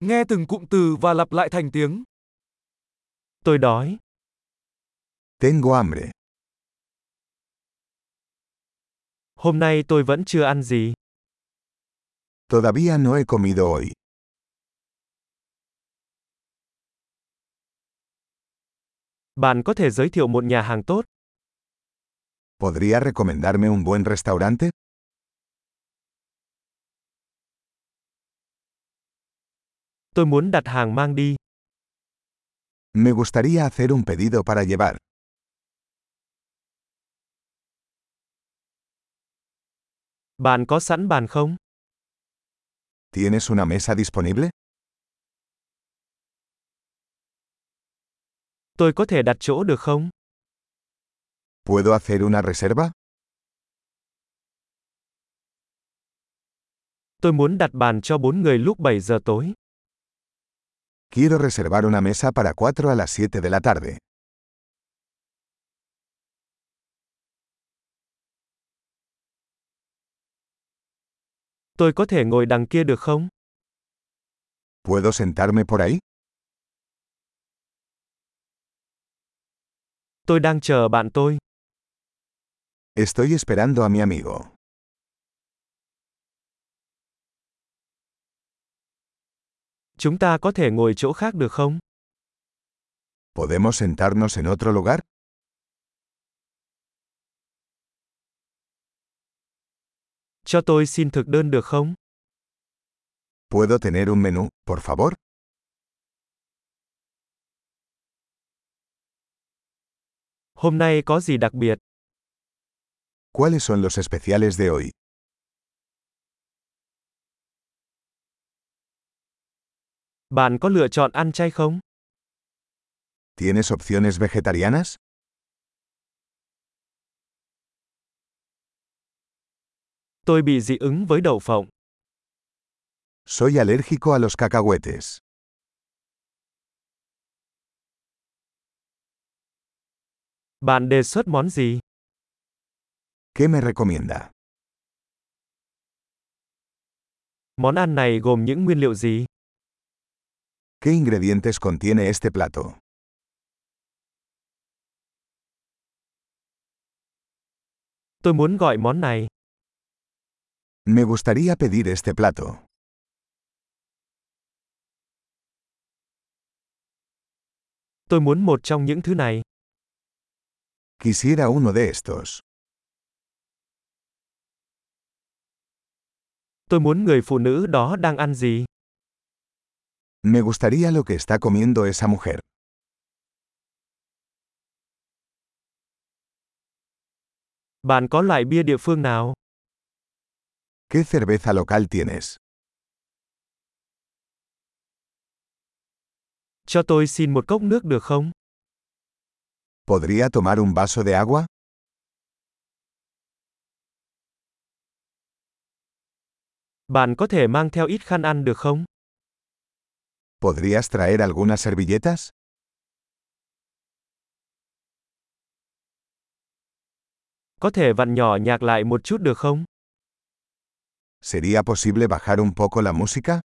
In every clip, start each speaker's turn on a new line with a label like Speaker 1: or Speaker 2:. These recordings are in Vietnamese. Speaker 1: Nghe từng cụm từ và lặp lại thành tiếng.
Speaker 2: Tôi đói.
Speaker 3: Tengo hambre.
Speaker 2: Hôm nay tôi vẫn chưa ăn gì.
Speaker 3: Todavía no he comido hoy.
Speaker 2: Bạn có thể giới thiệu một nhà hàng tốt.
Speaker 3: ¿Podría recomendarme un buen restaurante?
Speaker 2: Tôi muốn đặt hàng mang đi.
Speaker 3: Me gustaría hacer un pedido para llevar.
Speaker 2: Bạn có sẵn bàn không?
Speaker 3: ¿Tienes una mesa disponible?
Speaker 2: Tôi có thể đặt chỗ được không?
Speaker 3: ¿Puedo hacer una reserva?
Speaker 2: Tôi muốn đặt bàn cho 4 người lúc 7 giờ tối.
Speaker 3: Quiero reservar una mesa para 4 a las 7 de la tarde.
Speaker 2: Tôi có thể ngồi đằng kia được không?
Speaker 3: ¿Puedo sentarme por ahí?
Speaker 2: Tôi đang chờ bạn tôi.
Speaker 3: Estoy esperando a mi amigo.
Speaker 2: Chúng ta có thể ngồi chỗ khác được không?
Speaker 3: ¿Podemos sentarnos en otro lugar?
Speaker 2: Cho tôi xin thực đơn được không?
Speaker 3: ¿Puedo tener un menú, por favor?
Speaker 2: Hôm nay có gì đặc biệt?
Speaker 3: ¿Cuáles son los especiales de hoy?
Speaker 2: Bạn có lựa chọn ăn chay không?
Speaker 3: ¿Tienes opciones vegetarianas?
Speaker 2: Tôi bị dị ứng với đậu phộng.
Speaker 3: Soy alérgico a los cacahuetes.
Speaker 2: Bạn đề xuất món gì?
Speaker 3: ¿Qué me recomienda?
Speaker 2: Món ăn này gồm những nguyên liệu gì?
Speaker 3: ¿Qué ingredientes contiene este plato?
Speaker 2: Tôi muốn gọi món này.
Speaker 3: Me gustaría pedir este plato.
Speaker 2: Tôi muốn một trong những thứ này.
Speaker 3: Quisiera uno de estos.
Speaker 2: Tôi muốn người phụ nữ đó đang ăn gì?
Speaker 3: Me gustaría lo que está comiendo esa mujer.
Speaker 2: Bạn có loại bia địa phương nào?
Speaker 3: ¿Qué cerveza local tienes?
Speaker 2: Cho tôi xin một cốc nước được không?
Speaker 3: ¿Podría tomar un vaso de agua?
Speaker 2: Bạn có thể mang theo ít khăn ăn được không?
Speaker 3: ¿Podrías traer algunas servilletas?
Speaker 2: Có thể vặn nhỏ nhạc lại một chút được không?
Speaker 3: ¿Sería posible bajar un poco la música?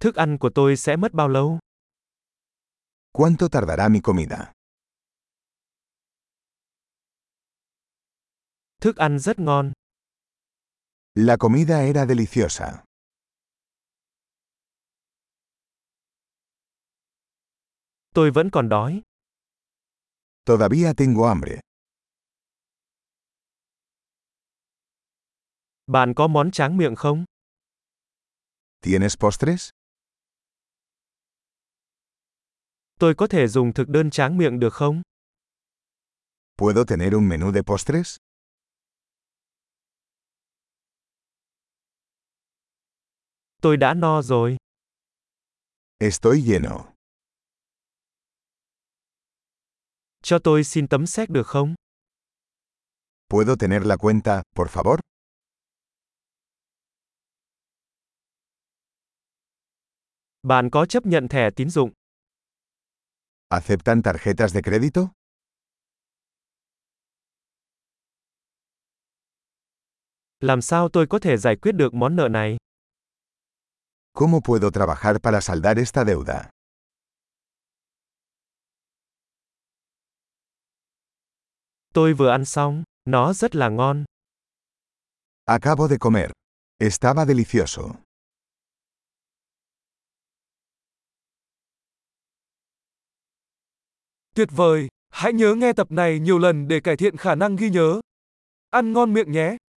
Speaker 2: Thức ăn của tôi sẽ mất bao lâu?
Speaker 3: ¿Cuánto tardará mi comida?
Speaker 2: Thức ăn rất ngon.
Speaker 3: La comida era deliciosa.
Speaker 2: Tôi vẫn còn đói.
Speaker 3: Todavía tengo hambre.
Speaker 2: Bạn có món tráng miệng không?
Speaker 3: ¿Tienes postres?
Speaker 2: Tôi có thể dùng thực đơn tráng miệng được không?
Speaker 3: ¿Puedo tener un menú de postres?
Speaker 2: Tôi đã no rồi.
Speaker 3: Estoy lleno.
Speaker 2: Cho tôi xin tấm séc được không?
Speaker 3: ¿Puedo tener la cuenta, por favor?
Speaker 2: Bạn có chấp nhận thẻ tín dụng?
Speaker 3: ¿Aceptan tarjetas de crédito?
Speaker 2: Làm sao tôi có thể giải quyết được món nợ này?
Speaker 3: ¿Cómo puedo trabajar para saldar esta deuda?
Speaker 2: Tôi vừa ăn xong, nó rất là ngon.
Speaker 3: Acabo de comer. Estaba delicioso.
Speaker 1: Tuyệt vời! Hãy nhớ nghe tập này nhiều lần để cải thiện khả năng ghi nhớ. Ăn ngon miệng nhé!